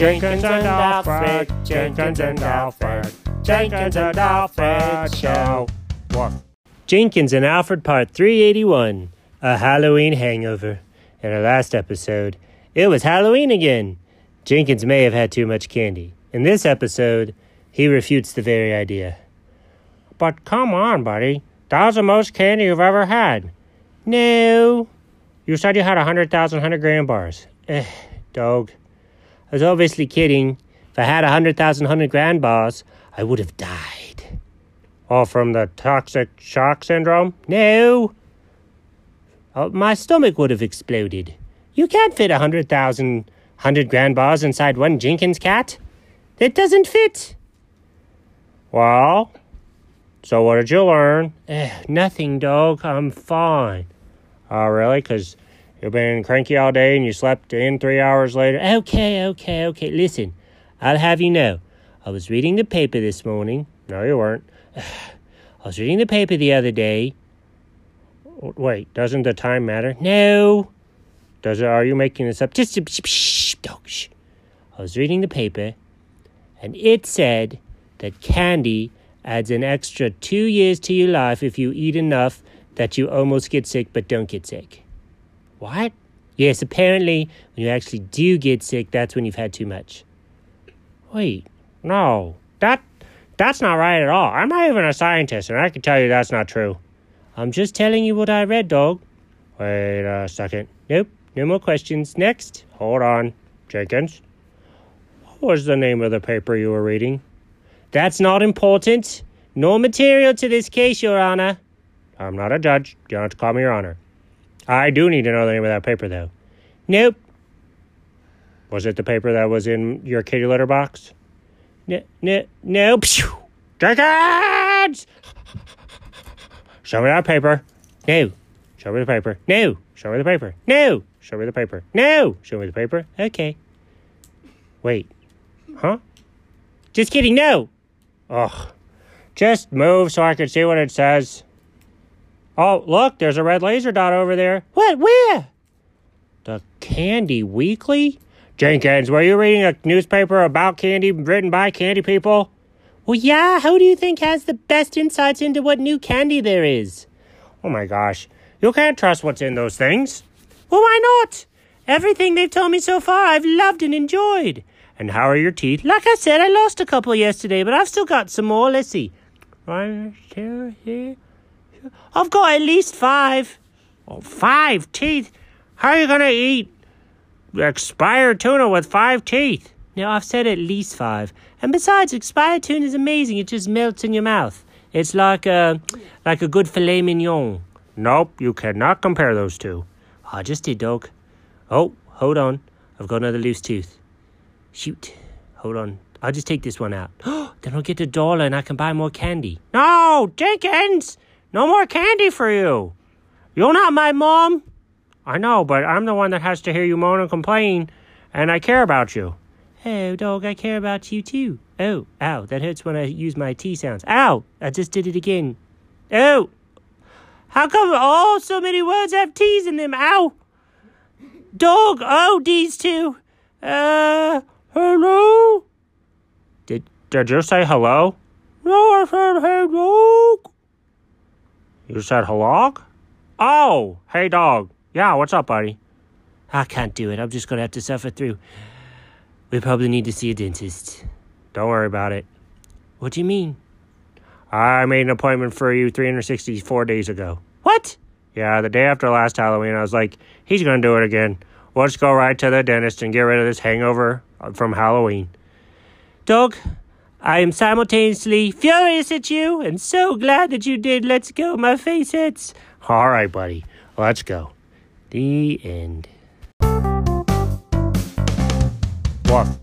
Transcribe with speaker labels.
Speaker 1: Jenkins and Alfred, Jenkins and Alfred, Jenkins and Alfred show. What? Jenkins and Alfred Part 381 A Halloween Hangover. In our last episode, it was Halloween again. Jenkins may have had too much candy. In this episode, he refutes the very idea. But come on, buddy. That was the most candy you've ever had. No. You said you had 100,000 100 grand bars. Eh, dog. I was obviously kidding. If I had 100,000 100 grand bars, I would have died. Or from the toxic shock syndrome? No. Oh, my stomach would have exploded. You can't fit 100,000 100 grand bars inside one Jenkins cat. That doesn't fit. Well, so what did you learn? Eh, nothing, dog. I'm fine. Oh, really? Because you've been cranky all day and you slept in three hours later? Okay, okay, okay. Listen, I'll have you know. I was reading the paper this morning. No, you weren't. I was reading the paper the other day. W- Wait, doesn't the time matter? No. Does it? Are you making this up? Just shh, shh, dog, shh. I was reading the paper, and it said that candy adds an extra two years to your life if you eat enough that you almost get sick but don't get sick. What? Yes, apparently, when you actually do get sick, that's when you've had too much. Wait, no, that that's not right at all. I'm not even a scientist, and I can tell you that's not true. I'm just telling you what I read, dog. Wait a second. Nope, no more questions. Next. Hold on, Jenkins. What was the name of the paper you were reading? That's not important. No material to this case, Your Honor. I'm not a judge. You don't have to call me Your Honor. I do need to know the name of that paper, though. Nope. Was it the paper that was in your kitty litter box? No, no, no. Phew. Jenkins! Show me that paper. No. Show me the paper. No. Show me the paper. No. Show me the paper. No. Show me the paper. Okay. Wait. Huh? Just kidding. No. Ugh. Just move so I can see what it says. Oh, look, there's a red laser dot over there. What? Where? The Candy Weekly? Jenkins, were you reading a newspaper about candy written by candy people? Well, yeah. Who do you think has the best insights into what new candy there is? Oh my gosh. You can't trust what's in those things. Well, why not? Everything they've told me so far, I've loved and enjoyed. And how are your teeth? Like I said, I lost a couple yesterday, but I've still got some more. Let's see. One, two, three. I've got at least five. Oh, five teeth? How are you going to eat expired tuna with five teeth. Now, I've said at least five. And besides, expired tuna is amazing. It just melts in your mouth. It's like a, like a good filet mignon. Nope, you cannot compare those two. I just did, dog. Oh, hold on. I've got another loose tooth. Shoot. Hold on. I'll just take this one out. then I'll get a dollar and I can buy more candy. No, Jenkins! No more candy for you! You're not my mom! I know, but I'm the one that has to hear you moan and complain, and I care about you. Oh, dog, I care about you too. Oh, ow, that hurts when I use my T sounds. Ow, I just did it again. Oh, how come all so many words have T's in them? Ow, dog, oh, D's too. Uh, hello? Did, did you say hello? No, I said hey, dog. You said hello? Oh, hey, dog. Yeah, what's up, buddy? I can't do it. I'm just going to have to suffer through. We probably need to see a dentist. Don't worry about it. What do you mean? I made an appointment for you 364 days ago. What? Yeah, the day after last Halloween, I was like, he's going to do it again. Let's go right to the dentist and get rid of this hangover from Halloween. Dog, I am simultaneously furious at you and so glad that you did. Let's go, my face hurts. All right, buddy. Let's go. The end. What?